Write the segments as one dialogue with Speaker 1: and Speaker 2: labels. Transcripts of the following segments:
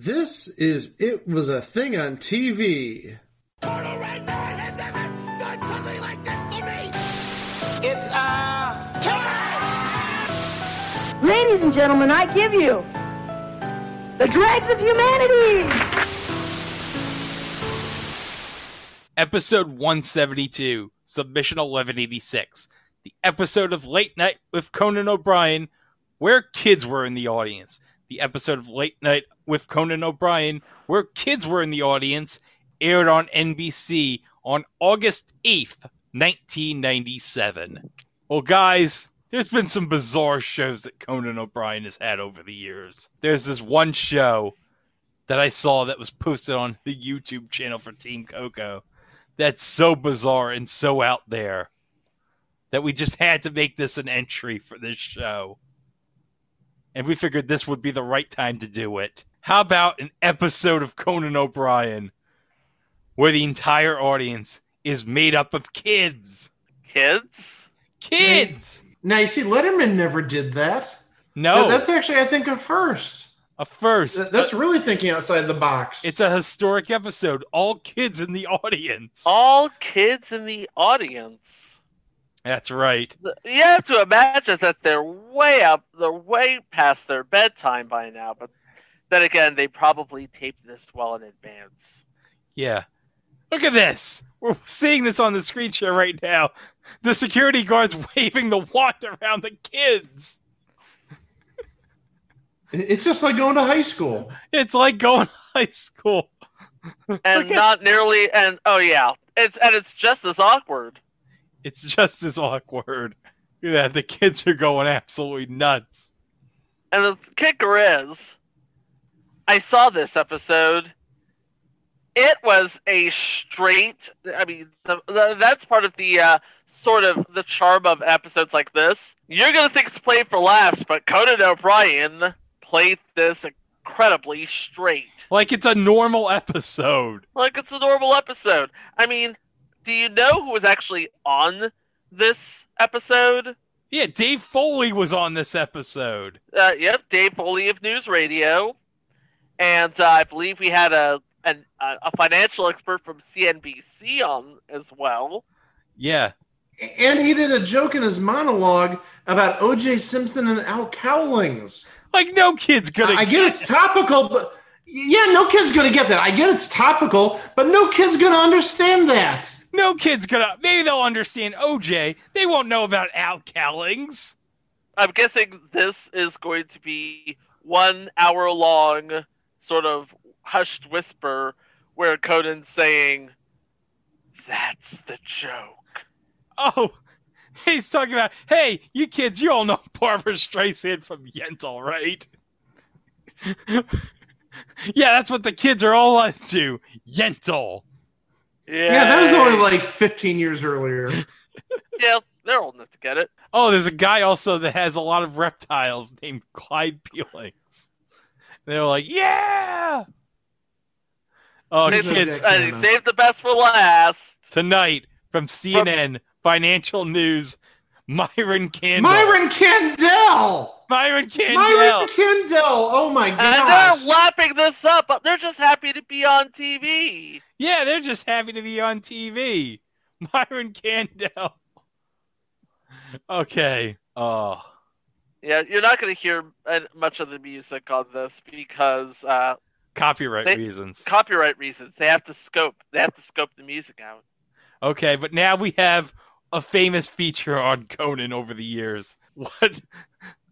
Speaker 1: This is It Was a Thing on TV.
Speaker 2: Total Red Man has ever done something like this to me!
Speaker 3: It's uh
Speaker 4: Ladies and gentlemen, I give you the dregs of humanity.
Speaker 5: episode 172, submission 1186, the episode of Late Night with Conan O'Brien, where kids were in the audience, the episode of Late Night with Conan O'Brien, where kids were in the audience, aired on NBC on August 8th, 1997. Well, guys. There's been some bizarre shows that Conan O'Brien has had over the years. There's this one show that I saw that was posted on the YouTube channel for Team Coco that's so bizarre and so out there that we just had to make this an entry for this show. And we figured this would be the right time to do it. How about an episode of Conan O'Brien where the entire audience is made up of kids?
Speaker 3: kids.
Speaker 5: Kids!
Speaker 6: Now you see, Letterman never did that. That-
Speaker 5: No,
Speaker 6: that's actually, I think, a first.
Speaker 5: a first.
Speaker 6: Th- That's really thinking outside the box.
Speaker 5: It's a historic episode. All kids in the audience.
Speaker 3: All kids in the audience.
Speaker 5: That's right.
Speaker 3: The- You have to imagine that they're way up, they're way past their bedtime by now. But then again, they probably taped this well in advance.
Speaker 5: Yeah. Look at this. We're seeing this on the screen share right now. The security guard's waving the wand around the kids.
Speaker 6: it's just like going to high school.
Speaker 5: It's like going to high school.
Speaker 3: And
Speaker 5: Okay.
Speaker 3: not nearly, and oh yeah, it's and it's just as awkward.
Speaker 5: It's just as awkward. Yeah, the kids are going absolutely nuts.
Speaker 3: And the kicker is, I saw this episode. It was a straight. I mean, the, the, that's part of the uh, sort of the charm of episodes like this. You're gonna think it's played for laughs, but Conan O'Brien played this incredibly straight,
Speaker 5: Like it's a normal episode.
Speaker 3: like it's a normal episode. I mean, do you know who was actually on this episode?
Speaker 5: Yeah, Dave Foley was on this episode.
Speaker 3: Uh, yep, Dave Foley of News Radio, and uh, I believe we had a an, a a financial expert from CNBC on as well.
Speaker 5: Yeah.
Speaker 6: And he did a joke in his monologue about O.J. Simpson and Al Cowlings.
Speaker 5: Like no kid's gonna
Speaker 6: I get it's topical, but yeah, no kid's gonna get that. I get it's topical, but no kid's gonna understand that.
Speaker 5: no kid's gonna maybe they'll understand OJ. They won't know about Al Callings.
Speaker 3: I'm guessing this is going to be one hour long sort of hushed whisper where Conan's saying, "That's the joke."
Speaker 5: Oh, he's talking about, hey, you kids, you all know Barbara Streisand from Yentl, right? yeah, that's what the kids are all into. Yentl.
Speaker 6: Yeah, that was only
Speaker 3: Yay.
Speaker 6: like 15 years earlier.
Speaker 3: yeah, they're old enough to get it.
Speaker 5: Oh, there's a guy also that has a lot of reptiles named Clyde Peelings. They're like, yeah. Oh,
Speaker 3: Save
Speaker 6: Nathan
Speaker 5: kids,
Speaker 6: Jack-
Speaker 3: the, uh, save the best for last.
Speaker 5: tonight from CNN Financial News, Myron Candle.
Speaker 6: Myron Kendall.
Speaker 5: Myron Candle.
Speaker 6: Myron Kendall. Oh my
Speaker 3: And
Speaker 6: gosh.
Speaker 3: they're lapping this up. but They're just happy to be on TV.
Speaker 5: Yeah, they're just happy to be on TV. Myron Candell. Okay. Oh.
Speaker 3: Yeah, you're not going to hear uh, much of the music on this because uh,
Speaker 5: Copyright
Speaker 3: They-
Speaker 5: reasons.
Speaker 3: copyright reasons. They have to scope. They have to scope the music out.
Speaker 5: okay, but now we have a famous feature on Conan over the years. What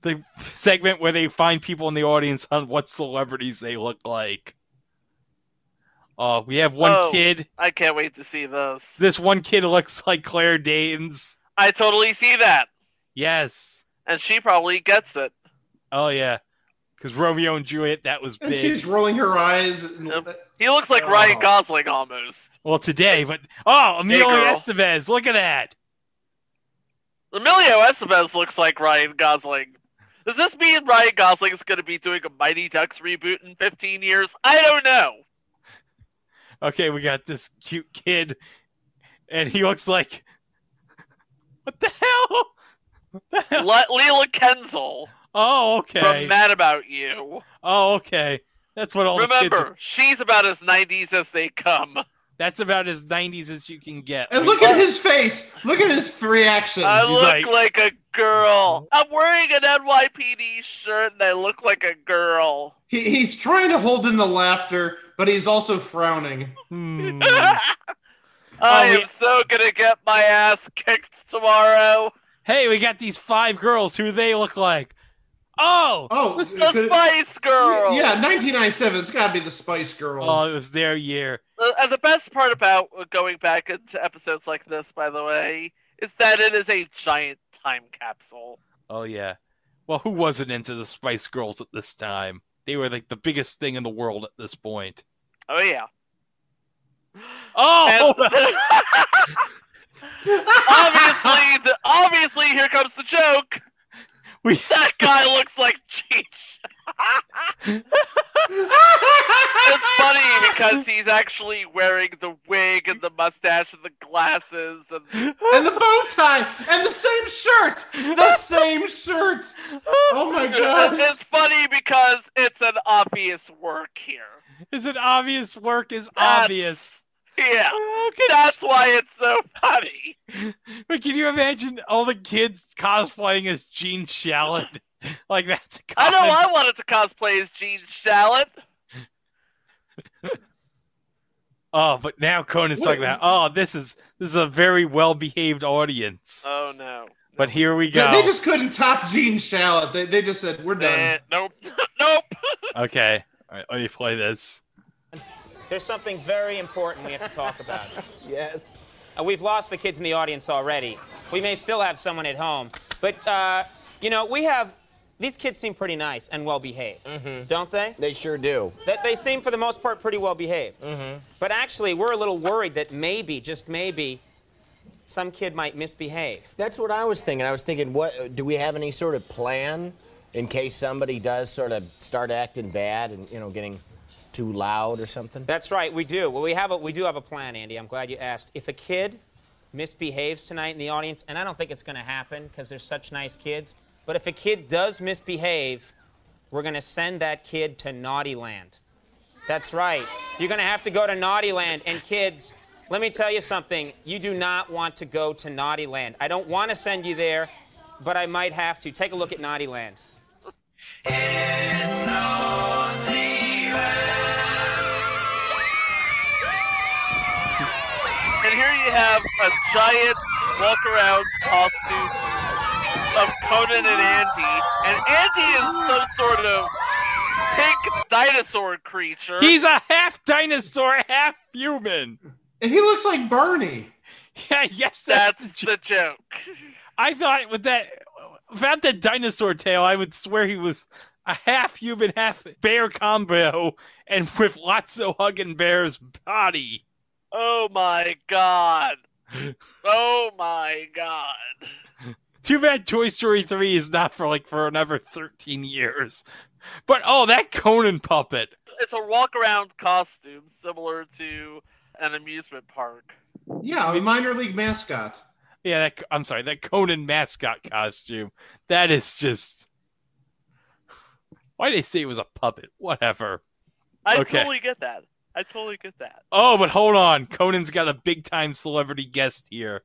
Speaker 5: the segment where they find people in the audience on what celebrities they look like. Oh, we have one
Speaker 3: Oh.
Speaker 5: kid.
Speaker 3: I can't wait to see this.
Speaker 5: This one kid looks like Claire Danes.
Speaker 3: I totally see that,
Speaker 5: Yes.
Speaker 3: and she probably gets it.
Speaker 5: Oh yeah. Because Romeo and Juliet, that was
Speaker 6: and
Speaker 5: big.
Speaker 6: she's rolling her eyes. And,
Speaker 3: Yep. He looks like
Speaker 5: Oh.
Speaker 3: Ryan Gosling almost.
Speaker 5: Well, today, but oh, Emilio
Speaker 3: girl.
Speaker 5: Estevez, look at that.
Speaker 3: Emilio Estevez looks like Ryan Gosling. Does this mean Ryan Gosling is going to be doing a Mighty Ducks reboot in 15 years? I don't know.
Speaker 5: Okay, we got this cute kid, and he looks like what the hell? What the hell?
Speaker 3: Le- Leela Kenzel
Speaker 5: Oh, okay.
Speaker 3: from Mad About You.
Speaker 5: Oh, okay. That's what all the kids.
Speaker 3: Remember,
Speaker 5: Are.
Speaker 3: she's about as 90s as they come.
Speaker 5: That's about as '90s as you can get.
Speaker 6: And look at his face. Look at his reaction.
Speaker 3: I
Speaker 5: He's like-
Speaker 3: look like... a girl. I'm wearing an NYPD shirt and I look like a girl.
Speaker 6: He, he's trying to hold in the laughter, but he's also frowning.
Speaker 5: Hmm.
Speaker 3: I
Speaker 5: Oh,
Speaker 3: am
Speaker 5: yeah.
Speaker 3: so gonna get my ass kicked tomorrow.
Speaker 5: hey, we got these five girls. Who they look like? Oh,
Speaker 6: Oh,
Speaker 5: this-
Speaker 3: The
Speaker 6: Could-
Speaker 3: Spice Girl.
Speaker 6: Yeah, 1997. It's got to be the Spice Girls.
Speaker 5: oh, it was their year.
Speaker 3: Uh, And the best part about going back into episodes like this, by the way, is that it is a giant time capsule.
Speaker 5: Oh yeah. Well, who wasn't into the Spice Girls at this time? They were like the biggest thing in the world at this point.
Speaker 3: Oh yeah.
Speaker 5: Oh,
Speaker 3: And- obviously, the, obviously, here comes the joke.
Speaker 5: we
Speaker 3: That guy looks like Cheech. It's funny because he's actually wearing the wig and the mustache and the glasses and
Speaker 6: and the bow tie and the same shirt. The same shirt. Oh my god.
Speaker 3: it's funny because it's an obvious work here.
Speaker 5: is it obvious? Work is
Speaker 3: That's-
Speaker 5: obvious.
Speaker 3: Yeah.
Speaker 5: Oh, can-
Speaker 3: That's why it's so funny.
Speaker 5: But can you imagine all the kids cosplaying as Gene Shalit? Like that's a
Speaker 3: I know
Speaker 5: common-
Speaker 3: I wanted to cosplay as Gene Shalit.
Speaker 5: Oh, but now Conan's talking about oh, this is this is a very well behaved audience.
Speaker 3: Oh no.
Speaker 5: but here we
Speaker 6: They,
Speaker 5: go.
Speaker 6: they just couldn't top Gene Shalit. They, they just said, we're done.
Speaker 3: Eh, nope. nope.
Speaker 5: Okay, all right, let me play this.
Speaker 7: There's something very important we have to talk about. yes. we've lost the kids in the audience already. We may still have someone at home. But, uh, you know, we have. These kids seem pretty nice and well behaved, don't they?
Speaker 8: They sure do.
Speaker 7: That they seem, for the most part, pretty well behaved. But actually, we're a little worried that maybe, just maybe, some kid might misbehave.
Speaker 8: That's what I was thinking. I was thinking, what uh, do we have any sort of plan in case somebody does sort of start acting bad and you know getting too loud or something?
Speaker 7: That's right, we do. Well, we have a, we do have a plan, Andy. I'm glad you asked. If a kid misbehaves tonight in the audience, and I don't think it's going to happen because they're such nice kids, but if a kid does misbehave, we're going to send that kid to Naughty Land. That's right. You're going to have to go to Naughty Land. And kids, let me tell you something. You do not want to go to Naughty Land. I don't want to send you there, but I might have to. Take a look at Naughty Land.
Speaker 3: And here you have a giant walk around costume of Conan and Andy. And Andy is some sort of pink dinosaur creature.
Speaker 5: He's a half dinosaur, half human.
Speaker 6: And he looks like Bernie.
Speaker 5: Yeah, yes, that's,
Speaker 3: That's
Speaker 5: the,
Speaker 3: the joke.
Speaker 5: I thought with that about that dinosaur tail, I would swear he was a half human, half bear combo, and with lots of hugging bear's body.
Speaker 3: Oh my god. Oh my god.
Speaker 5: Too bad Toy Story three is not for like for another thirteen years. But oh, that Conan puppet.
Speaker 3: It's a walk around costume similar to an amusement park.
Speaker 6: Yeah, a minor league mascot.
Speaker 5: Yeah, that I'm sorry, that Conan mascot costume. That is just. Why did they say it was a puppet? Whatever.
Speaker 3: I
Speaker 5: Okay.
Speaker 3: totally get that. I totally get that.
Speaker 5: Oh, but hold on. Conan's got a big time celebrity guest here.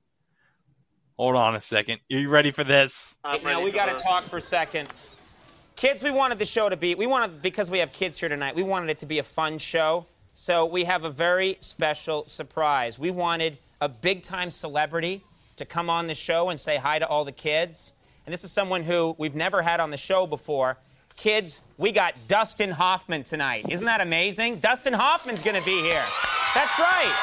Speaker 5: Hold on a second. Are you ready for this?
Speaker 3: I'm
Speaker 7: now
Speaker 3: ready
Speaker 7: we
Speaker 3: for
Speaker 7: got to
Speaker 3: this.
Speaker 7: talk for a second. Kids, we wanted the show to be, we wanted, because we have kids here tonight, we wanted it to be a fun show. So we have a very special surprise. We wanted a big time celebrity to come on the show and say hi to all the kids. And this is someone who we've never had on the show before. Kids, we got Dustin Hoffman tonight. Isn't that amazing? Dustin Hoffman's going to be here. That's right.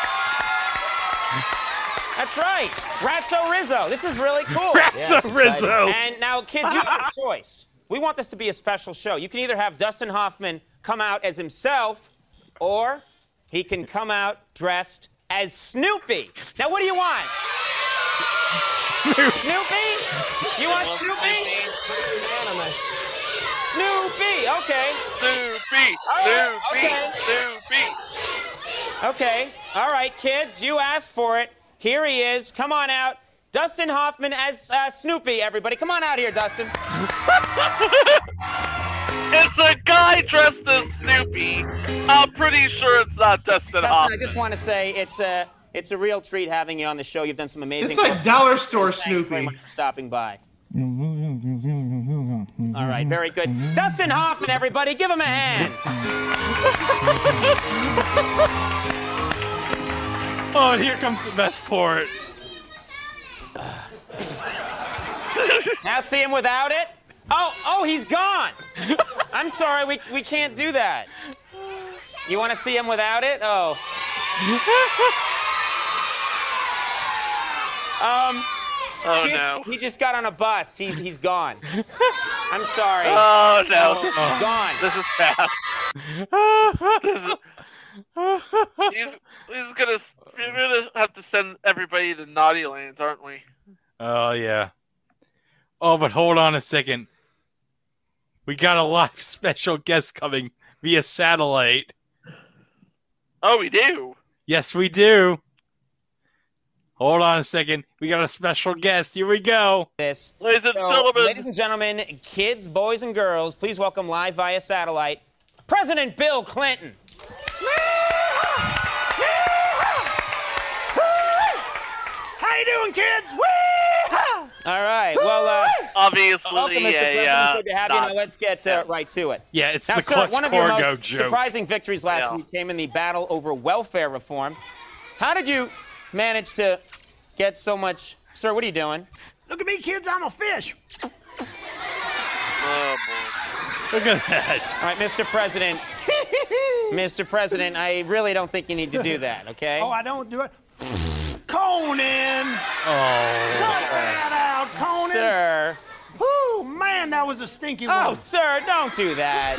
Speaker 7: That's right. Ratso Rizzo. This is really cool.
Speaker 5: That's a
Speaker 8: it's
Speaker 5: Rizzo.
Speaker 7: And now, kids, you have a choice. We want this to be a special show. You can either have Dustin Hoffman come out as himself, or he can come out dressed as Snoopy. Now, what do you want? Snoopy? You want Snoopy? Snoopy. Okay.
Speaker 3: Snoopy,
Speaker 7: right,
Speaker 3: Snoopy,
Speaker 7: okay.
Speaker 3: Snoopy.
Speaker 7: Okay. All right, kids. You asked for it. Here he is. Come on out. Dustin Hoffman as uh, Snoopy. Everybody, come on out here, Dustin.
Speaker 3: it's a guy dressed as Snoopy. I'm pretty sure it's not Dustin
Speaker 7: I
Speaker 3: Hoffman.
Speaker 7: just want to say it's a it's a real treat having you on the show. You've done some amazing.
Speaker 6: It's like dollar store
Speaker 7: Thank you very
Speaker 6: Snoopy.
Speaker 7: much for stopping by. All right, very good. Dustin Hoffman, everybody, give him a hand.
Speaker 5: Oh, here comes the best part.
Speaker 7: Now see him without it. Oh, oh, he's gone. I'm sorry, we, we can't do that. You want to see him without it? Oh. um,
Speaker 3: Oh
Speaker 7: kids,
Speaker 3: no.
Speaker 7: he just got on a bus. He, he's gone. I'm sorry.
Speaker 3: Oh no. This,
Speaker 7: gone.
Speaker 3: this is bad. this is, he's, he's gonna we're gonna have to send everybody to Naughty Land, aren't we?
Speaker 5: Oh yeah. Oh, but hold on a second. We got a live special guest coming via satellite.
Speaker 3: Oh, we do.
Speaker 5: Yes, we do. Hold on a second. We got a special guest. Here we go.
Speaker 7: This.
Speaker 3: Ladies and
Speaker 7: So, ladies
Speaker 3: gentlemen,
Speaker 7: and gentlemen, kids, boys, and girls, please welcome live via satellite, President Bill Clinton.
Speaker 2: How you doing, kids? Wee!
Speaker 7: All right. Well, uh, welcome,
Speaker 3: obviously
Speaker 7: Mr.
Speaker 3: a
Speaker 7: President.
Speaker 3: uh,
Speaker 7: Good to have you.
Speaker 3: not-
Speaker 7: Now let's get uh, right to it.
Speaker 5: Yeah, it's
Speaker 7: Now,
Speaker 5: the
Speaker 7: sir,
Speaker 5: clutch
Speaker 7: one of your
Speaker 5: cargo
Speaker 7: most
Speaker 5: joke.
Speaker 7: surprising victories last
Speaker 3: Yeah.
Speaker 7: week came in the battle over welfare reform. How did you manage to get so much? Sir, what are you doing?
Speaker 2: Look at me, kids. I'm a fish.
Speaker 3: oh, boy.
Speaker 5: Look at that.
Speaker 7: All right, Mr. President. Mr. President, I really don't think you need to do that, okay?
Speaker 2: Oh, I don't do it. Conan,
Speaker 5: Oh,
Speaker 2: cut that out, Conan.
Speaker 7: sir.
Speaker 2: Whew, man, that was a stinky one.
Speaker 7: Oh, sir, don't do that.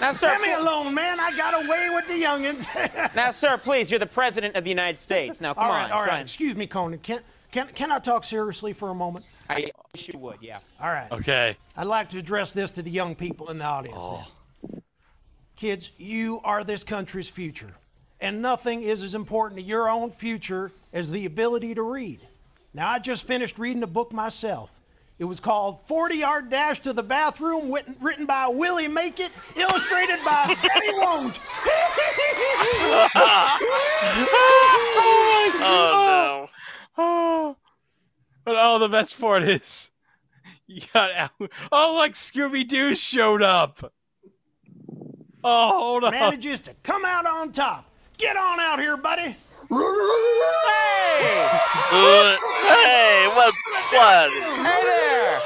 Speaker 7: now, sir,
Speaker 2: Let me alone, man. I got away with the youngins.
Speaker 7: now, sir, please, you're the president of the United States. Now, come
Speaker 2: all right,
Speaker 7: on.
Speaker 2: all
Speaker 7: try
Speaker 2: right.
Speaker 7: and-
Speaker 2: Excuse me, Conan. Can, can, can I talk seriously for a moment?
Speaker 7: I wish you would, yeah.
Speaker 2: All right.
Speaker 5: okay.
Speaker 2: I'd like to address this to the young people in the audience. then. Kids, you are this country's future. And nothing is as important to your own future as the ability to read. Now, I just finished reading a book myself. It was called 40 Yard Dash to the Bathroom, wit- written by Willie Make It, illustrated by Betty Won't.
Speaker 3: oh
Speaker 5: Oh. But oh, the best part is, you got Al- oh look, Scooby Doo showed up. Oh, hold on.
Speaker 2: Manages to come out on top. Get on out here, buddy.
Speaker 7: Hey!
Speaker 3: no. hey, what's what?
Speaker 7: Hey there!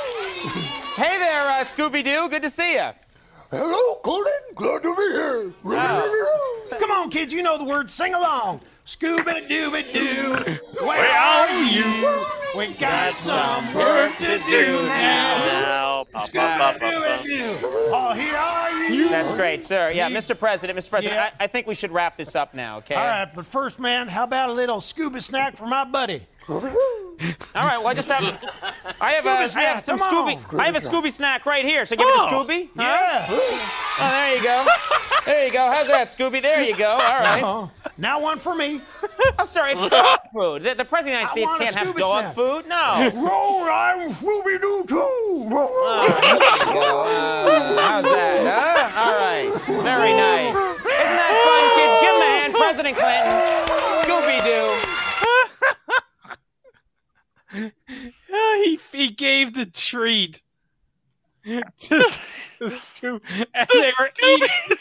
Speaker 7: Hey there, uh, Scooby Doo. Good to see you.
Speaker 2: Hello, Colin. Glad to be here.
Speaker 7: Oh,
Speaker 2: Come on, kids. You know the words. Sing along. Scooby Dooby Doo. Where are you? We got some work to do now.
Speaker 3: Now, ba, ba, ba,
Speaker 2: Scooby
Speaker 3: ba,
Speaker 2: Dooby Doo. Oh, here are you.
Speaker 7: That's great, sir. Yeah, Mr. President, Mr. President,
Speaker 2: Yeah.
Speaker 7: I, I think we should wrap this up now, okay?
Speaker 2: All right, but first, man, how about a little scuba snack for my buddy?
Speaker 7: All right, well, I just have, I have, a,
Speaker 2: Scooby
Speaker 7: I have
Speaker 2: snack,
Speaker 7: some
Speaker 2: come
Speaker 7: Scooby,
Speaker 2: on.
Speaker 7: I have a Scooby snack right here. So give it to
Speaker 2: Oh,
Speaker 7: Scooby. Huh?
Speaker 2: Yeah.
Speaker 7: Oh, there you go. There you go. How's that, Scooby? There you go. All right.
Speaker 2: Oh, now one for me.
Speaker 7: I'm sorry, it's dog food. The, the president of the
Speaker 2: I
Speaker 7: United
Speaker 2: want a
Speaker 7: States can't have
Speaker 2: Scooby
Speaker 7: dog
Speaker 2: snack.
Speaker 7: food. No.
Speaker 2: Roll,
Speaker 7: Oh,
Speaker 2: I'm Scooby Doo too.
Speaker 7: How's that? Huh? All right. Very nice. Isn't that fun, kids? Give him a hand, President Clinton. Scooby Doo.
Speaker 5: Oh, he he gave the treat to, to Scoob, and they were eating.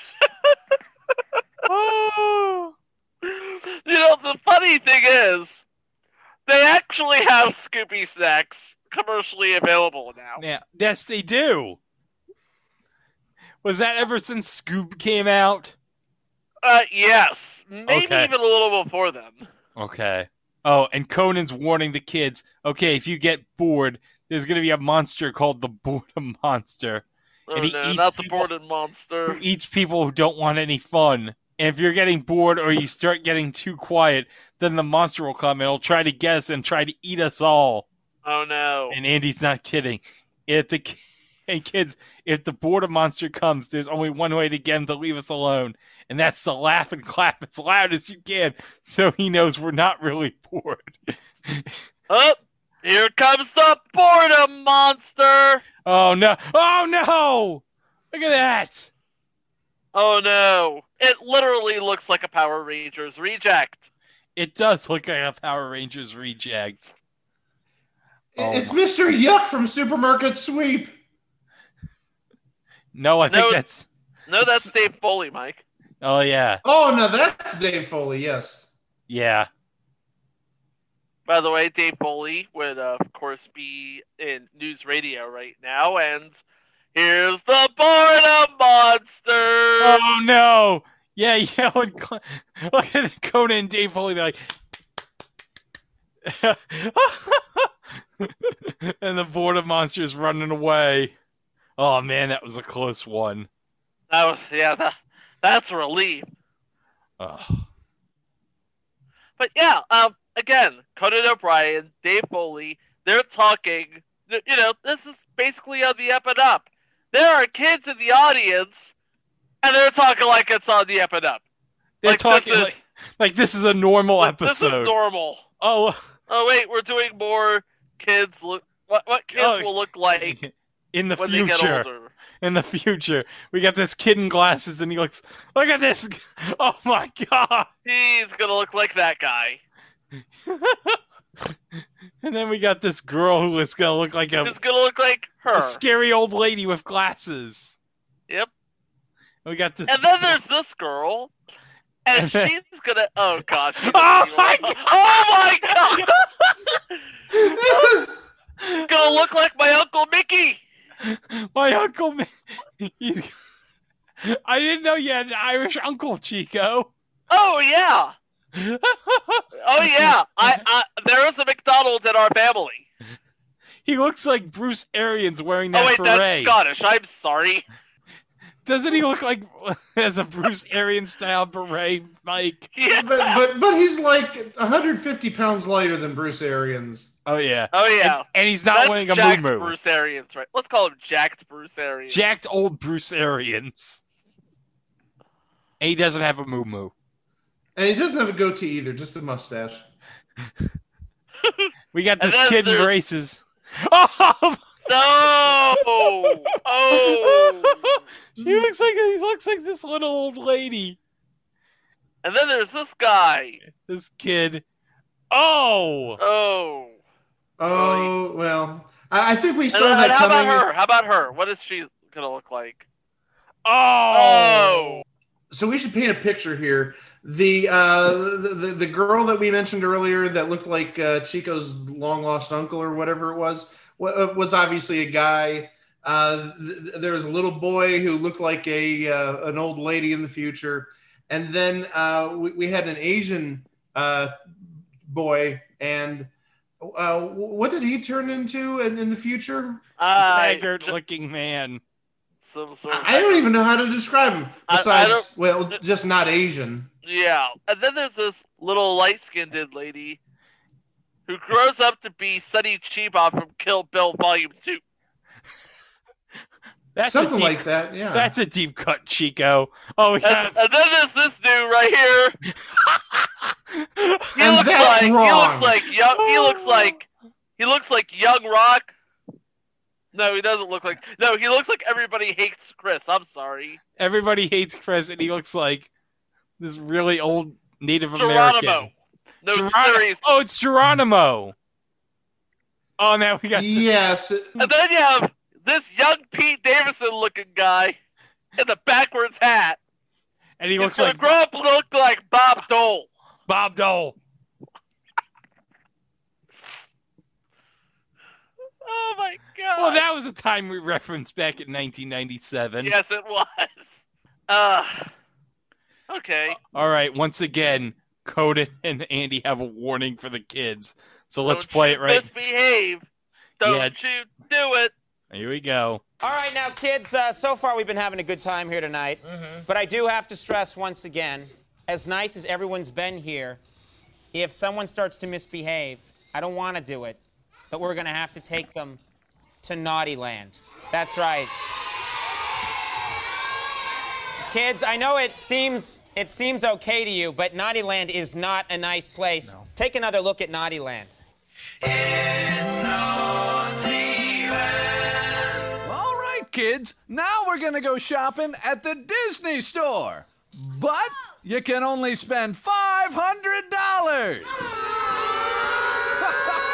Speaker 5: Oh.
Speaker 3: You know, the funny thing is, they actually have Scoopy snacks commercially available now.
Speaker 5: Yeah, yes, they do. Was that ever since Scoob came out?
Speaker 3: Uh, yes, maybe
Speaker 5: Okay.
Speaker 3: even a little before then.
Speaker 5: Okay. Oh, and Conan's warning the kids. Okay, if you get bored, there's gonna be a monster called the boredom monster
Speaker 3: Oh
Speaker 5: And he
Speaker 3: no,
Speaker 5: eats
Speaker 3: not the
Speaker 5: people.
Speaker 3: Borden monster.
Speaker 5: who eats people who don't want any fun. And if you're getting bored or you start getting too quiet, then the monster will come and it'll try to get us and try to eat us all.
Speaker 3: Oh no.
Speaker 5: And Andy's not kidding. If the ki- and kids, if the boredom monster comes, there's only one way to get him to leave us alone, and that's to laugh and clap as loud as you can, so he knows we're not really bored.
Speaker 3: Oh, here comes the boredom monster.
Speaker 5: Oh no! Oh no! Look at that.
Speaker 3: Oh no! It literally looks like a Power Rangers reject.
Speaker 5: It does look like a Power Rangers reject.
Speaker 6: It- It's Mr. Yuck from Supermarket Sweep.
Speaker 5: No, I
Speaker 3: No.
Speaker 5: think that's.
Speaker 3: No, that's Dave Foley, Mike.
Speaker 5: Oh yeah,
Speaker 6: Oh, no, that's Dave Foley, yes.
Speaker 5: yeah.
Speaker 3: By the way, Dave Foley would, uh, of course, be in news radio right now. And here's the Barnum Monster.
Speaker 5: Oh no. Yeah, yeah. when Cl- Look at Conan and Dave Foley. They're like. and the board of monsters running away. Oh man, that was a close one.
Speaker 3: That was yeah. That, that's a relief.
Speaker 5: Ugh.
Speaker 3: But yeah, um, again, Conan O'Brien, Dave Foley, they're talking. th- You know, this is basically on the up and up. There are kids in the audience, and they're talking like it's on the up and up.
Speaker 5: They're
Speaker 3: Like, this
Speaker 5: talking
Speaker 3: is-
Speaker 5: like, like this is a normal
Speaker 3: Like, This
Speaker 5: episode.
Speaker 3: is normal.
Speaker 5: oh,
Speaker 3: Oh wait, we're doing more kids look. What what kids
Speaker 5: Oh,
Speaker 3: will look like
Speaker 5: in the
Speaker 3: when
Speaker 5: future.
Speaker 3: they get older?
Speaker 5: in the future. We got this kid in glasses, and he looks. Look at this! Oh my god!
Speaker 3: He's gonna look like that guy.
Speaker 5: And then we got this girl who is gonna look like a,
Speaker 3: He's gonna look like her.
Speaker 5: a scary old lady with glasses.
Speaker 3: Yep.
Speaker 5: And we got this.
Speaker 3: And then there's this girl, and
Speaker 5: And then-
Speaker 3: she's gonna. Oh gosh. she doesn't
Speaker 5: Oh
Speaker 3: even
Speaker 5: my
Speaker 3: look- Oh my god. It's gonna look like my uncle Mickey.
Speaker 5: my uncle. Ma- he's- I didn't know you had an Irish uncle, Chico.
Speaker 3: Oh yeah. Oh yeah. I, I there is a McDonald's in our family.
Speaker 5: he looks like Bruce Arians wearing that
Speaker 3: Oh wait,
Speaker 5: beret.
Speaker 3: that's Scottish. I'm sorry.
Speaker 5: Doesn't he look like as a Bruce Arians style beret, Mike?
Speaker 3: Yeah.
Speaker 6: But, but, but he's like 150 pounds lighter than Bruce Arians.
Speaker 5: Oh yeah.
Speaker 3: Oh yeah.
Speaker 5: And he's not
Speaker 3: That's
Speaker 5: wearing a
Speaker 3: jacked
Speaker 5: moo
Speaker 3: Bruce Arians, right? Let's call him Jacked Bruce Arians.
Speaker 5: jacked old Bruce Arians. And he doesn't have a moo moo.
Speaker 6: And he doesn't have a goatee either, just a mustache.
Speaker 5: We got
Speaker 3: And
Speaker 5: this
Speaker 3: then
Speaker 5: kid in
Speaker 3: there's-
Speaker 5: braces. Oh,
Speaker 3: No. Oh.
Speaker 5: she looks like he looks like this little old lady.
Speaker 3: And then there's this guy.
Speaker 5: This kid. Oh,
Speaker 3: Oh.
Speaker 6: Oh, well, I, I think we
Speaker 3: And,
Speaker 6: saw
Speaker 3: and uh,
Speaker 6: that
Speaker 3: how
Speaker 6: coming.
Speaker 3: about her? How about her? What is she gonna look like?
Speaker 5: oh,
Speaker 3: Oh.
Speaker 6: so we should paint a picture here. The, uh, the the- the girl that we mentioned earlier that looked like uh, Chico's long lost uncle or whatever it was wa- uh, was obviously a guy. Uh, th- th- there was a little boy who looked like a uh, an old lady in the future, and then uh, we, we had an Asian uh, boy. And uh, w- what did he turn into in, in the future?
Speaker 3: Uh,
Speaker 5: haggard looking man.
Speaker 3: some sort of
Speaker 6: I I don't even know how to describe him.
Speaker 3: I- I
Speaker 6: Besides,
Speaker 3: don't-
Speaker 6: well, just not Asian.
Speaker 3: Yeah. And then there's this little light skinned lady who grows up to be Sunny Chiba from Kill Bill Volume 2.
Speaker 5: That's a
Speaker 6: Something
Speaker 5: deep,
Speaker 6: like that, yeah.
Speaker 5: That's a deep cut, Chico. Oh yeah.
Speaker 3: And, and then there's this dude right here. He
Speaker 6: And
Speaker 3: looks
Speaker 6: that's
Speaker 3: like he
Speaker 6: wrong.
Speaker 3: looks like young he
Speaker 5: Oh.
Speaker 3: looks like he looks like young rock. No, he doesn't look like no, he looks like everybody hates Chris. I'm sorry.
Speaker 5: Everybody hates Chris, and he looks like this really old Native American.
Speaker 3: Geronimo. No
Speaker 5: Geronimo-
Speaker 3: serious.
Speaker 5: Oh, it's Geronimo. Oh, now we got.
Speaker 6: yes.
Speaker 3: And then you have this young Pete Davidson looking guy in the backwards hat.
Speaker 5: And he
Speaker 3: He
Speaker 5: looks like
Speaker 3: looks grow up to look like Bob Dole.
Speaker 5: Bob Dole.
Speaker 3: Oh my god.
Speaker 5: Well, that was a time we referenced back in 1997.
Speaker 3: Yes it was. Uh Okay.
Speaker 5: All right, once again, Conan and Andy have a warning for the kids. So let's
Speaker 3: Don't
Speaker 5: play
Speaker 3: you
Speaker 5: it right.
Speaker 3: Misbehave. Don't
Speaker 5: Yeah.
Speaker 3: you do it.
Speaker 5: Here we go.
Speaker 7: All right, now, kids, uh, so far we've been having a good time here tonight. But I do have to stress once again as nice as everyone's been here, if someone starts to misbehave, I don't want to do it, but we're going to have to take them to naughty land. That's right. Kids, I know it seems it seems okay to you, but Naughty Land is not a nice place. Take another look at Naughty Land.
Speaker 9: All right, kids, now we're going to go shopping at the Disney store. But you can only spend $500.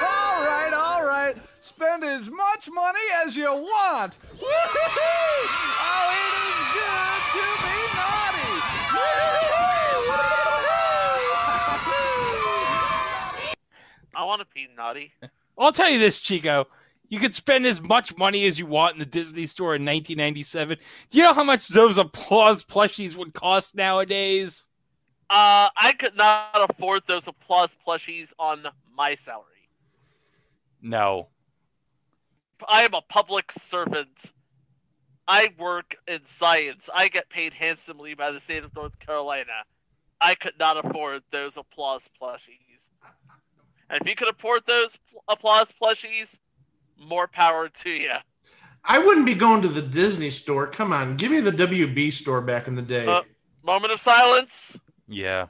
Speaker 9: all right, all right. Spend as much money as you want. Woo-hoo-hoo! Oh, it is good to be naughty. Woo-hoo-hoo!
Speaker 3: I want to be naughty.
Speaker 5: I'll tell you this, Chico. You could spend as much money as you want in the Disney store in 1997. Do you know how much those applause plushies would cost nowadays?
Speaker 3: Uh, I could not afford those applause plushies on my salary.
Speaker 5: No.
Speaker 3: I am a public servant. I work in science. I get paid handsomely by the state of North Carolina. I could not afford those applause plushies. And if you could afford those pl- applause plushies, more power to you.
Speaker 6: I wouldn't be going to the Disney store. Come on, give me the WB store back in the day.
Speaker 3: Uh, Moment of silence.
Speaker 5: Yeah.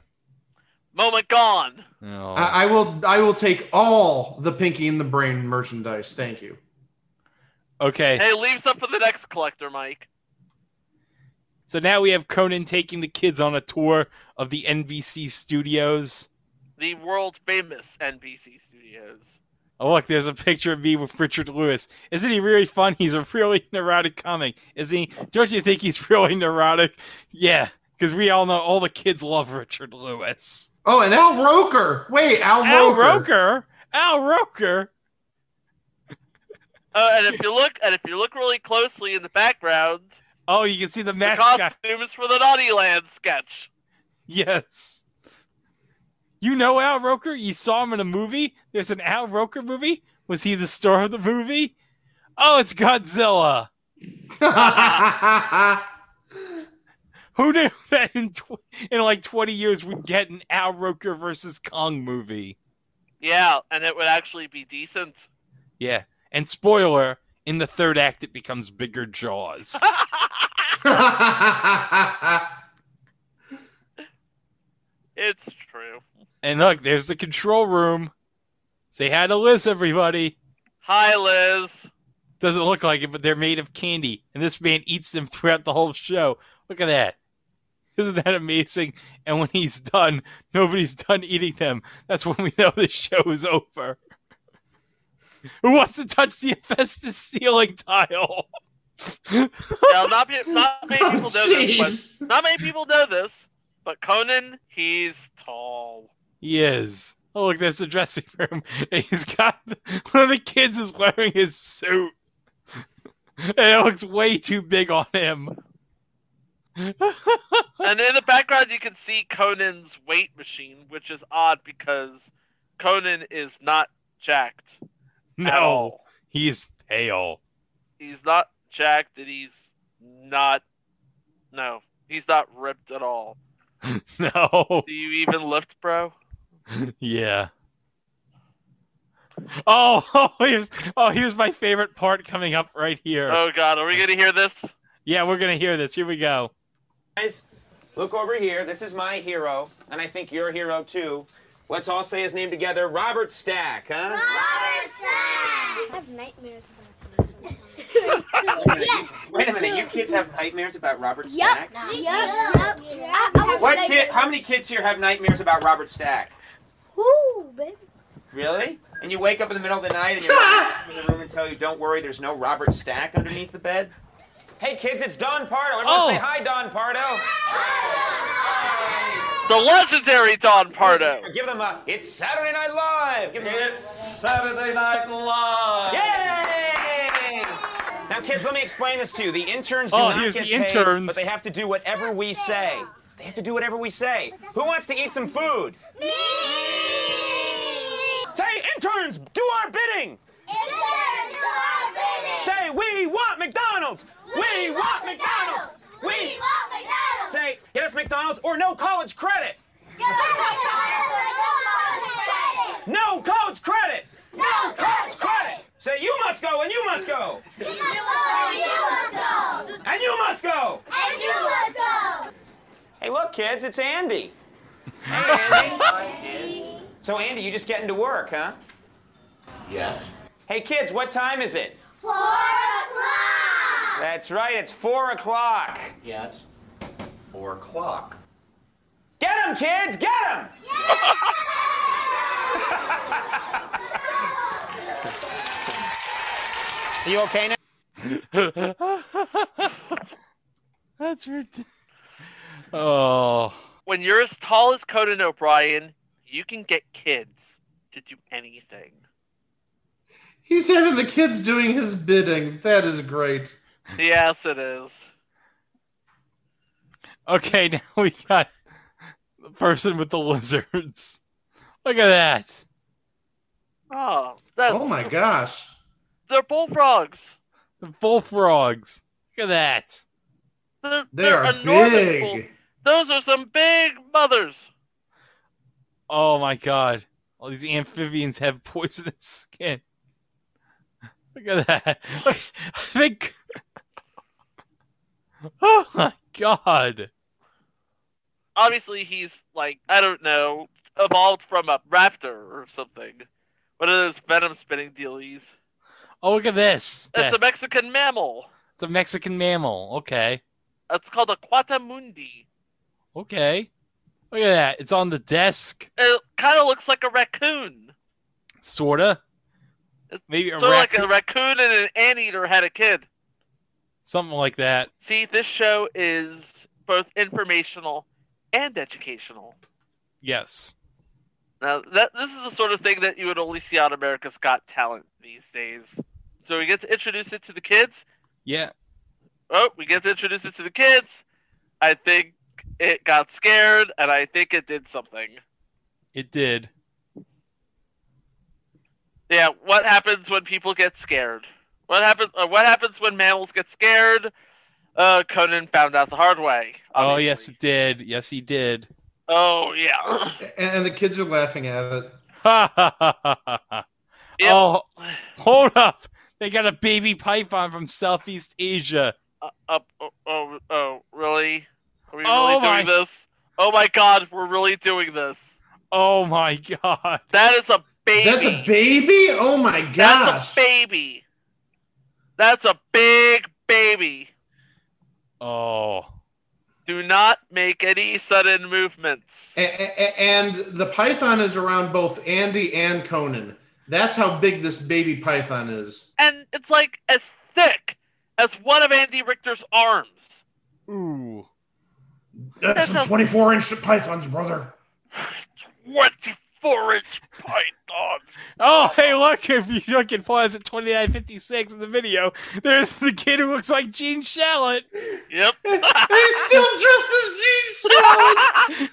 Speaker 3: Moment gone.
Speaker 5: No.
Speaker 6: I, I will. I will take all the Pinky and the Brain merchandise. Thank you.
Speaker 5: okay.
Speaker 3: Hey, leave some for the next collector, Mike.
Speaker 5: So now we have Conan taking the kids on a tour of the NBC studios.
Speaker 3: The world famous NBC Studios.
Speaker 5: Oh, look, there's a picture of me with Richard Lewis. Isn't he really fun? He's a really neurotic comic. Isn't he? Don't you think he's really neurotic? Yeah, because we all know all the kids love Richard Lewis.
Speaker 6: Oh, and Al Roker. Wait, Al,
Speaker 5: Al
Speaker 6: Roker.
Speaker 5: Roker? Al Roker?
Speaker 3: Uh, and if you look, and if you look really closely in the background,
Speaker 5: Oh, you can see the
Speaker 3: the
Speaker 5: mascot.
Speaker 3: costumes for the Naughty Land sketch.
Speaker 5: Yes. You know Al Roker? You saw him in a movie? There's an Al Roker movie? Was he the star of the movie? Oh, it's Godzilla. Who knew that in, tw- in like 20 years we'd get an Al Roker versus Kong movie?
Speaker 3: Yeah, and it would actually be decent.
Speaker 5: Yeah. And spoiler, in the third act it becomes bigger jaws.
Speaker 3: It's true.
Speaker 5: and look, there's the control room. Say hi to Liz, everybody.
Speaker 3: Hi, Liz.
Speaker 5: Doesn't look like it, but they're made of candy, and this man eats them throughout the whole show. Look at that. Isn't that amazing? And when he's done, nobody's done eating them. That's when we know the show is over. Who wants to touch the asbestos ceiling tile?
Speaker 3: Now, not pe- not many people know this,
Speaker 6: jeez.
Speaker 3: but not many people know this. But Conan, he's tall.
Speaker 5: He is. Oh, look, there's the dressing room. And he's got one of the kids is wearing his suit. And it looks way too big on him.
Speaker 3: And in the background, you can see Conan's weight machine, which is odd because Conan is not jacked. at
Speaker 5: No,
Speaker 3: all.
Speaker 5: he's pale.
Speaker 3: he's not jacked, and he's not. No, he's not ripped at all.
Speaker 5: No.
Speaker 3: Do you even lift, bro?
Speaker 5: Yeah. Oh, oh, here's oh, here's my favorite part coming up right here.
Speaker 3: Oh God, are we gonna hear this?
Speaker 5: Yeah, we're gonna hear this. Here we go.
Speaker 7: Guys, look over here. This is my hero, and I think your hero too. Let's all say his name together Robert Stack, huh?
Speaker 10: I have nightmares about them sometimes.
Speaker 7: Wait a minute, you kids have nightmares about Robert Stack?
Speaker 10: Yep. Yep. I, I was
Speaker 7: What
Speaker 10: like,
Speaker 7: kid, how many kids here have nightmares about Robert Stack?
Speaker 10: Who, baby?
Speaker 7: Really? And you wake up in the middle of the night and your mom comes in the room and tell you, don't worry, there's no Robert Stack underneath the bed? Hey kids, it's Don Pardo. Everyone
Speaker 5: Oh.
Speaker 7: say hi, Don Pardo.
Speaker 3: The legendary Don Pardo.
Speaker 7: Give them a, it's Saturday Night Live. Give them a,
Speaker 9: It's Saturday Night Live.
Speaker 7: Yay! Now, kids, let me explain this to you. The interns do
Speaker 5: Oh,
Speaker 7: not
Speaker 5: here's
Speaker 7: get
Speaker 5: the
Speaker 7: paid,
Speaker 5: interns.
Speaker 7: but they have to do whatever we say. They have to do whatever we say. Who wants to eat some food?
Speaker 10: Me.
Speaker 7: Say, interns, do our bidding. Say, we want McDonald's. We want McDonald's. We say, get us McDonald's or no college credit. No college credit. No college credit. Say, you must go and you must go and you must go. Hey, look, kids, it's Andy. Hey, Andy. so, Andy, you just getting to work, huh?
Speaker 8: Yes.
Speaker 7: Hey, kids, what time is it?
Speaker 10: Four o'clock.
Speaker 7: That's right, it's four o'clock.
Speaker 8: Yeah, it's four o'clock.
Speaker 7: Get him, kids, get him! Are you okay now?
Speaker 5: That's ridiculous. Oh,
Speaker 3: When you're as tall as Conan O'Brien, you can get kids to do anything.
Speaker 6: He's having the kids doing his bidding. That is great.
Speaker 3: Yes, it is.
Speaker 5: okay. Now we got the person with the lizards. Look at that.
Speaker 3: Oh, that's
Speaker 6: Oh my gosh.
Speaker 3: They're bullfrogs.
Speaker 5: The bullfrogs. Look at that.
Speaker 3: They're,
Speaker 6: They
Speaker 3: they're
Speaker 6: are
Speaker 3: enormous bull-
Speaker 6: big.
Speaker 3: Those are some big mothers.
Speaker 5: Oh my god. All these amphibians have poisonous skin. Look at that. Look, I think. Oh my god.
Speaker 3: Obviously, he's like I don't know, evolved from a raptor or something. One of those venom spitting dealies.
Speaker 5: Oh, look at this.
Speaker 3: It's
Speaker 5: That-
Speaker 3: a Mexican mammal.
Speaker 5: it's a Mexican mammal. Okay.
Speaker 3: It's called a quatamundi.
Speaker 5: Okay. Look at that. It's on the desk.
Speaker 3: It kind of looks like a raccoon.
Speaker 5: Sorta.
Speaker 3: It's
Speaker 5: Maybe a
Speaker 3: Sort of like
Speaker 5: raccoon-
Speaker 3: a raccoon and an anteater had a kid.
Speaker 5: Something like that.
Speaker 3: See, this show is both informational and educational.
Speaker 5: Yes.
Speaker 3: Now, that this is the sort of thing that you would only see on America's Got Talent these days. So we get to introduce it to the kids.
Speaker 5: Yeah.
Speaker 3: Oh, we get to introduce it to the kids. I think it got scared, and I think it did something.
Speaker 5: It did.
Speaker 3: Yeah, what happens when people get scared? What happens? Uh, what happens when mammals get scared? Uh, Conan found out the hard way.
Speaker 5: Oh
Speaker 3: obviously.
Speaker 5: yes, it did. Yes, he did.
Speaker 3: Oh yeah.
Speaker 6: And, and the kids are laughing at it.
Speaker 5: Ha ha ha ha ha ha.
Speaker 3: Yep.
Speaker 5: Oh, hold up. They got a baby python from Southeast Asia.
Speaker 3: Uh, up, oh, oh, oh, really? Are we
Speaker 5: Oh
Speaker 3: really
Speaker 5: my-
Speaker 3: doing this? Oh my god, we're really doing this.
Speaker 5: Oh my god.
Speaker 3: That is a baby.
Speaker 6: That's a baby? Oh my gosh.
Speaker 3: That's a baby. That's a big baby.
Speaker 5: Oh.
Speaker 3: Do not make any sudden movements.
Speaker 6: A- a- a- And the python is around both Andy and Conan. That's how big this baby python is.
Speaker 3: And it's like as thick as one of Andy Richter's arms.
Speaker 5: Ooh.
Speaker 3: That's a-
Speaker 6: 24 inch pythons, brother.
Speaker 3: 24 inch python.
Speaker 5: Oh, hey, look, if you look at pause at 2956 in the video, there's the kid who looks like Gene Shalit.
Speaker 3: Yep.
Speaker 6: He's still dressed as Gene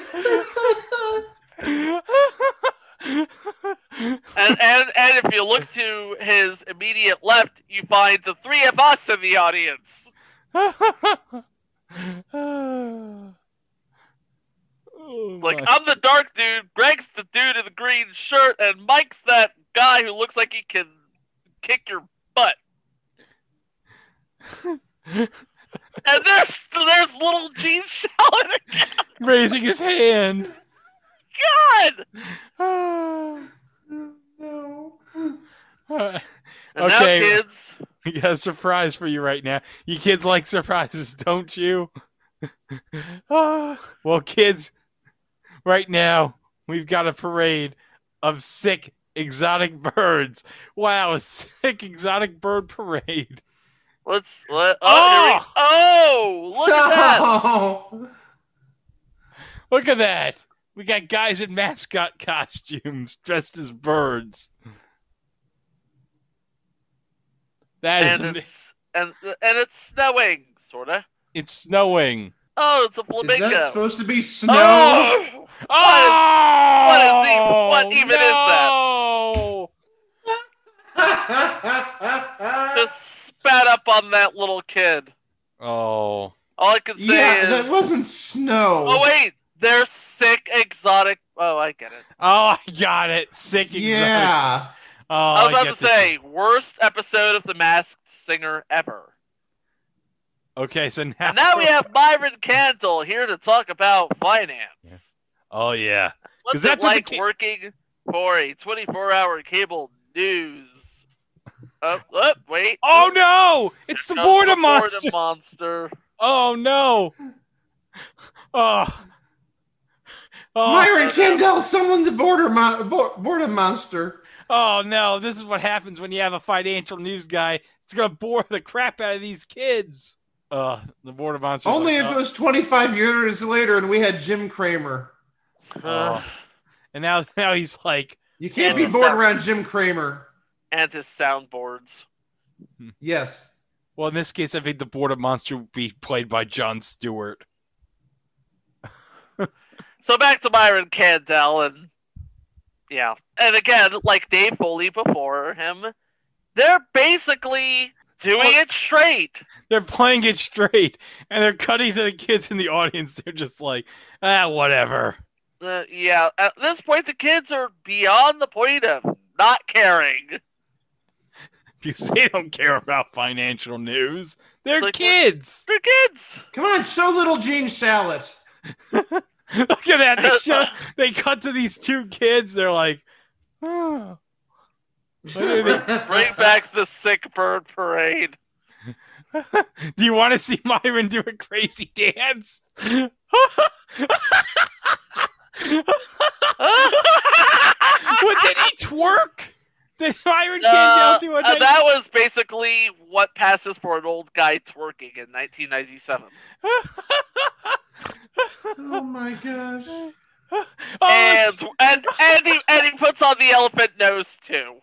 Speaker 6: Shalit.
Speaker 3: and, and and if you look to his immediate left, you find the three of us in the audience.
Speaker 5: oh,
Speaker 3: Like
Speaker 5: my-
Speaker 3: I'm the dark dude, Greg's the dude in the green shirt, and Mike's that guy who looks like he can kick your butt. and there's there's little Gene Shalit again.
Speaker 5: raising his hand.
Speaker 3: God.
Speaker 5: no.
Speaker 3: And now,
Speaker 5: Okay.
Speaker 3: kids,
Speaker 5: We got a surprise for you right now. You kids like surprises, don't you? Ah, well, kids, right now we've got a parade of sick exotic birds. Wow, a sick exotic bird parade.
Speaker 3: let's let. Oh, here we- oh look at that.
Speaker 6: Oh.
Speaker 5: Look at that. We got guys in mascot costumes dressed as birds. That is,
Speaker 3: and
Speaker 5: ama-
Speaker 3: it's and and it's snowing, sorta.
Speaker 5: it's snowing.
Speaker 3: Oh, it's a
Speaker 6: Is
Speaker 3: flamingo.
Speaker 6: that supposed to be snow?
Speaker 3: Oh,
Speaker 5: Oh,
Speaker 3: what is e- what even is that?
Speaker 5: that?
Speaker 3: Oh! just spat up on that little kid.
Speaker 5: Oh,
Speaker 3: All I can say
Speaker 6: yeah,
Speaker 3: is,
Speaker 6: that wasn't snow.
Speaker 3: oh wait, they're sick exotic. Oh, I get it.
Speaker 5: oh, I got it. Sick exotic.
Speaker 6: yeah.
Speaker 5: Oh,
Speaker 3: I was about
Speaker 5: get
Speaker 3: to
Speaker 5: this.
Speaker 3: say worst episode of The Masked Singer ever.
Speaker 5: Okay, so now,
Speaker 3: And now we have Myron Candle here to talk about finance.
Speaker 5: Oh yeah.
Speaker 3: What's
Speaker 5: that's
Speaker 3: it
Speaker 5: what the
Speaker 3: like
Speaker 5: ki-
Speaker 3: working for a 24-hour cable news Oh, oh, wait.
Speaker 5: Oh no! It's the
Speaker 3: Comes
Speaker 5: border
Speaker 3: boredom
Speaker 5: monster.
Speaker 3: monster.
Speaker 5: Oh no! Oh. Oh.
Speaker 6: Myron Kendall summoned the border mon- bo- border monster.
Speaker 5: Oh no, this is what happens when you have a financial news guy. It's gonna bore the crap out of these kids. Uh, the border monster.
Speaker 6: Only
Speaker 3: "Oh."
Speaker 6: if it was 25 years later and we had Jim Kramer.
Speaker 3: Uh,
Speaker 5: and now, now he's like,
Speaker 6: You can't
Speaker 3: Yeah,
Speaker 6: be
Speaker 3: that's
Speaker 6: bored
Speaker 3: not-
Speaker 6: around Jim Kramer.
Speaker 3: and his soundboards.
Speaker 6: Yes.
Speaker 5: well, in this case, I think the border monster would be played by John Stewart.
Speaker 3: So back to Myron Candell and yeah. And again, like Dave Foley before him, they're basically doing it straight.
Speaker 5: They're playing it straight, and they're cutting to the kids in the audience. They're just like, ah, whatever.
Speaker 3: Uh, yeah, at this point the kids are beyond the point of not caring.
Speaker 5: Because they don't care about financial news. They're
Speaker 3: Like, we're-
Speaker 5: kids.
Speaker 3: They're kids.
Speaker 6: Come on, show little Gene Shalit.
Speaker 5: Look at that. They, show, they cut to these two kids. They're like, oh. What are they-
Speaker 3: Bring back the sick bird parade.
Speaker 5: Do you want to see Myron do a crazy dance?
Speaker 3: Uh,
Speaker 5: what did he twerk? Did Myron
Speaker 3: Uh,
Speaker 5: Candell do a
Speaker 3: uh,
Speaker 5: nice-
Speaker 3: that was basically what passes for an old guy twerking in 1997.
Speaker 6: Oh my gosh.
Speaker 5: Oh,
Speaker 3: and and and he, and he puts on the elephant nose too.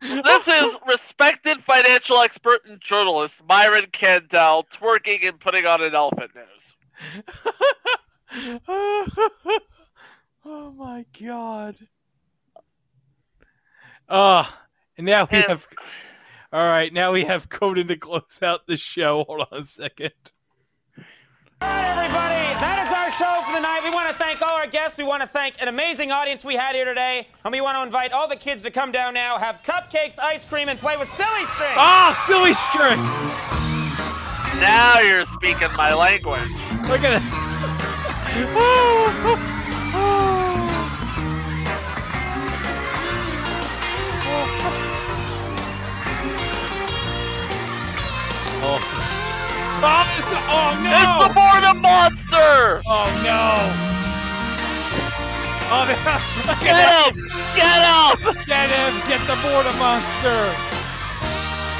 Speaker 3: this is respected financial expert and journalist Myron Candell twerking and putting on an elephant nose.
Speaker 5: oh my god. Uh and now we
Speaker 3: And-
Speaker 5: have All right, now we have Conan to close out the show. Hold on a second.
Speaker 7: All right, everybody, that is our show for the night. We want to thank all our guests. We want to thank an amazing audience we had here today. And we want to invite all the kids to come down now, have cupcakes, ice cream, and play with silly string.
Speaker 5: Ah, silly string.
Speaker 3: Now you're speaking my language.
Speaker 5: Look at it. Oh, Oh. Oh, it's the- oh no!
Speaker 3: It's the Mortem monster.
Speaker 5: Oh no! Oh, they- look at
Speaker 3: Get him! Get him!
Speaker 5: him! Get him! Get the border monster!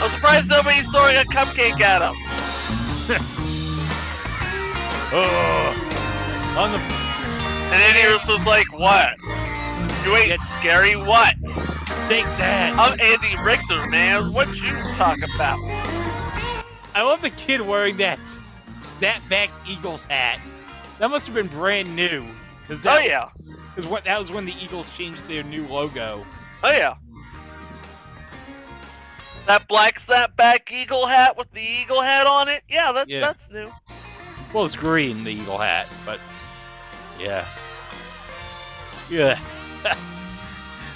Speaker 3: I'm surprised nobody's throwing a cupcake at him.
Speaker 5: Oh, on the
Speaker 3: And then he was just like, "What? You ain't scary. What?
Speaker 5: take that!
Speaker 3: I'm Andy Richter, man. What you talk about?"
Speaker 5: I love the kid wearing that snapback Eagles hat. That must have been brand new. Cause
Speaker 3: Oh
Speaker 5: that,
Speaker 3: yeah.
Speaker 5: Cause what, that was when the Eagles changed their new logo.
Speaker 3: Oh yeah. That black snapback eagle hat with the eagle head on it. Yeah, that,
Speaker 5: Yeah.
Speaker 3: that's new.
Speaker 5: Well, it's green, the eagle hat, but yeah, yeah.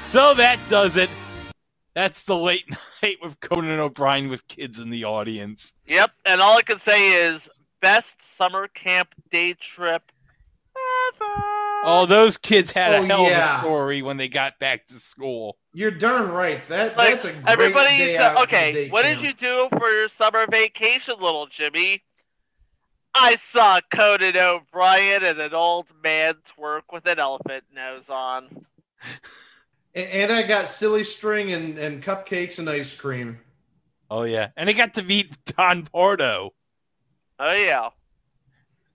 Speaker 5: so that does it. That's the late night with Conan O'Brien with kids in the audience.
Speaker 3: Yep. And all I can say is best summer camp day trip ever.
Speaker 5: Oh, those kids had a
Speaker 6: Oh,
Speaker 5: hell of
Speaker 6: yeah.
Speaker 5: a story when they got back to school.
Speaker 6: You're darn right. That
Speaker 3: Like
Speaker 6: that's a great
Speaker 3: everybody
Speaker 6: day
Speaker 3: said,
Speaker 6: out for
Speaker 3: okay,
Speaker 6: day
Speaker 3: what
Speaker 6: camp."
Speaker 3: did you do for your summer vacation, little Jimmy? I saw Conan O'Brien and an old man twerk with an elephant nose on.
Speaker 6: And, and I got silly string and, and cupcakes and ice cream.
Speaker 5: Oh yeah, and they got to meet Don Pardo.
Speaker 3: Oh yeah.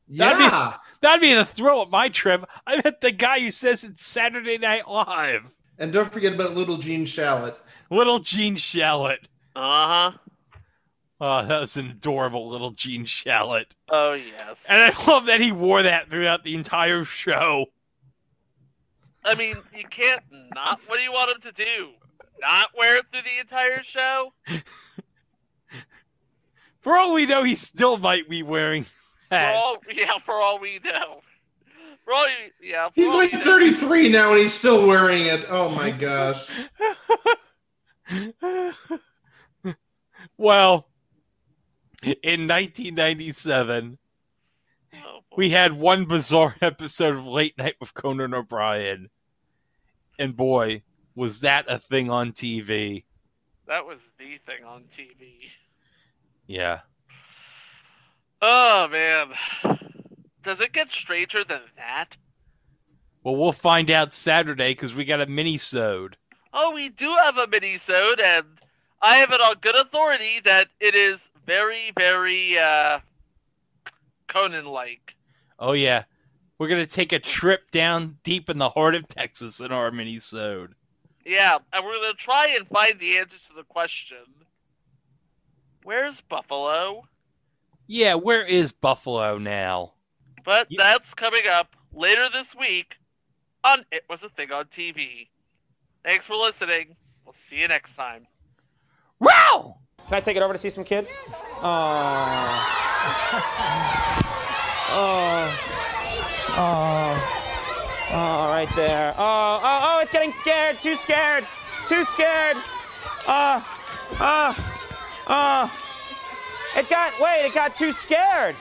Speaker 5: That'd be-
Speaker 6: Yeah.
Speaker 5: That'd be the thrill of my trip. I met the guy who says it's Saturday Night Live,
Speaker 6: And don't forget about little Gene Shalit.
Speaker 5: Little Gene Shalit.
Speaker 3: Uh huh.
Speaker 5: Oh, that was an adorable little Gene Shalit.
Speaker 3: Oh yes.
Speaker 5: And I love that he wore that throughout the entire show.
Speaker 3: I mean, you can't not. What do you want him to do? Not wear it through the entire show?
Speaker 5: For all we know, he still might be wearing
Speaker 3: For
Speaker 5: that.
Speaker 3: all, yeah, for all we know. For all, you- yeah. for
Speaker 6: He's
Speaker 3: all
Speaker 6: like
Speaker 3: we know.
Speaker 6: 33 now and he's still wearing it. Oh my gosh.
Speaker 5: well, in 1997,
Speaker 3: Oh, boy.
Speaker 5: we had one bizarre episode of Late Night with Conan O'Brien. And boy, was that a thing on TV.
Speaker 3: That was the thing on TV.
Speaker 5: Yeah.
Speaker 3: Oh man, does it get stranger than that?
Speaker 5: Well, we'll find out Saturday because we got a mini sewed.
Speaker 3: Oh, we do have a mini-sode, and I have it on good authority that it is very, very uh, Conan-like.
Speaker 5: Oh yeah, we're gonna take a trip down deep in the heart of Texas in our mini sewed.
Speaker 3: Yeah, and we're gonna try and find the answer to the question: Where's Buffalo?
Speaker 5: Yeah, where is Buffalo now?
Speaker 3: But
Speaker 5: Ye-
Speaker 3: that's coming up later this week on It Was a Thing on TV. Thanks for listening. We'll see you next time.
Speaker 5: Wow!
Speaker 7: Can I take it over to see some kids? Oh. Oh. Oh. Oh, right there. Oh, oh, oh, it's getting scared. Too scared. Too scared. Uh, uh, uh. It got, wait, it got too scared.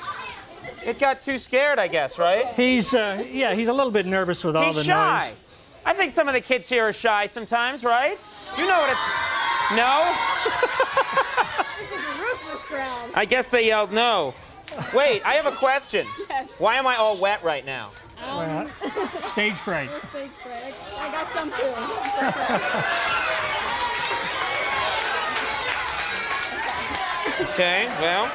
Speaker 7: It got too scared, I guess, right?
Speaker 11: He's uh, yeah, he's a little bit nervous with all
Speaker 7: He's
Speaker 11: the
Speaker 7: shy.
Speaker 11: noise.
Speaker 7: I think some of the kids here are shy sometimes, right? You know what it's. No?
Speaker 10: This is a ruthless crowd.
Speaker 7: I guess they yelled no. Wait, I have a question. Why am I all wet right now?
Speaker 10: Um,
Speaker 11: Stage fright.
Speaker 10: mistake, Fred. I got some too. I'm so proud.
Speaker 7: Okay, well,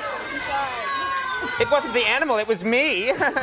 Speaker 7: it wasn't the animal, it was me.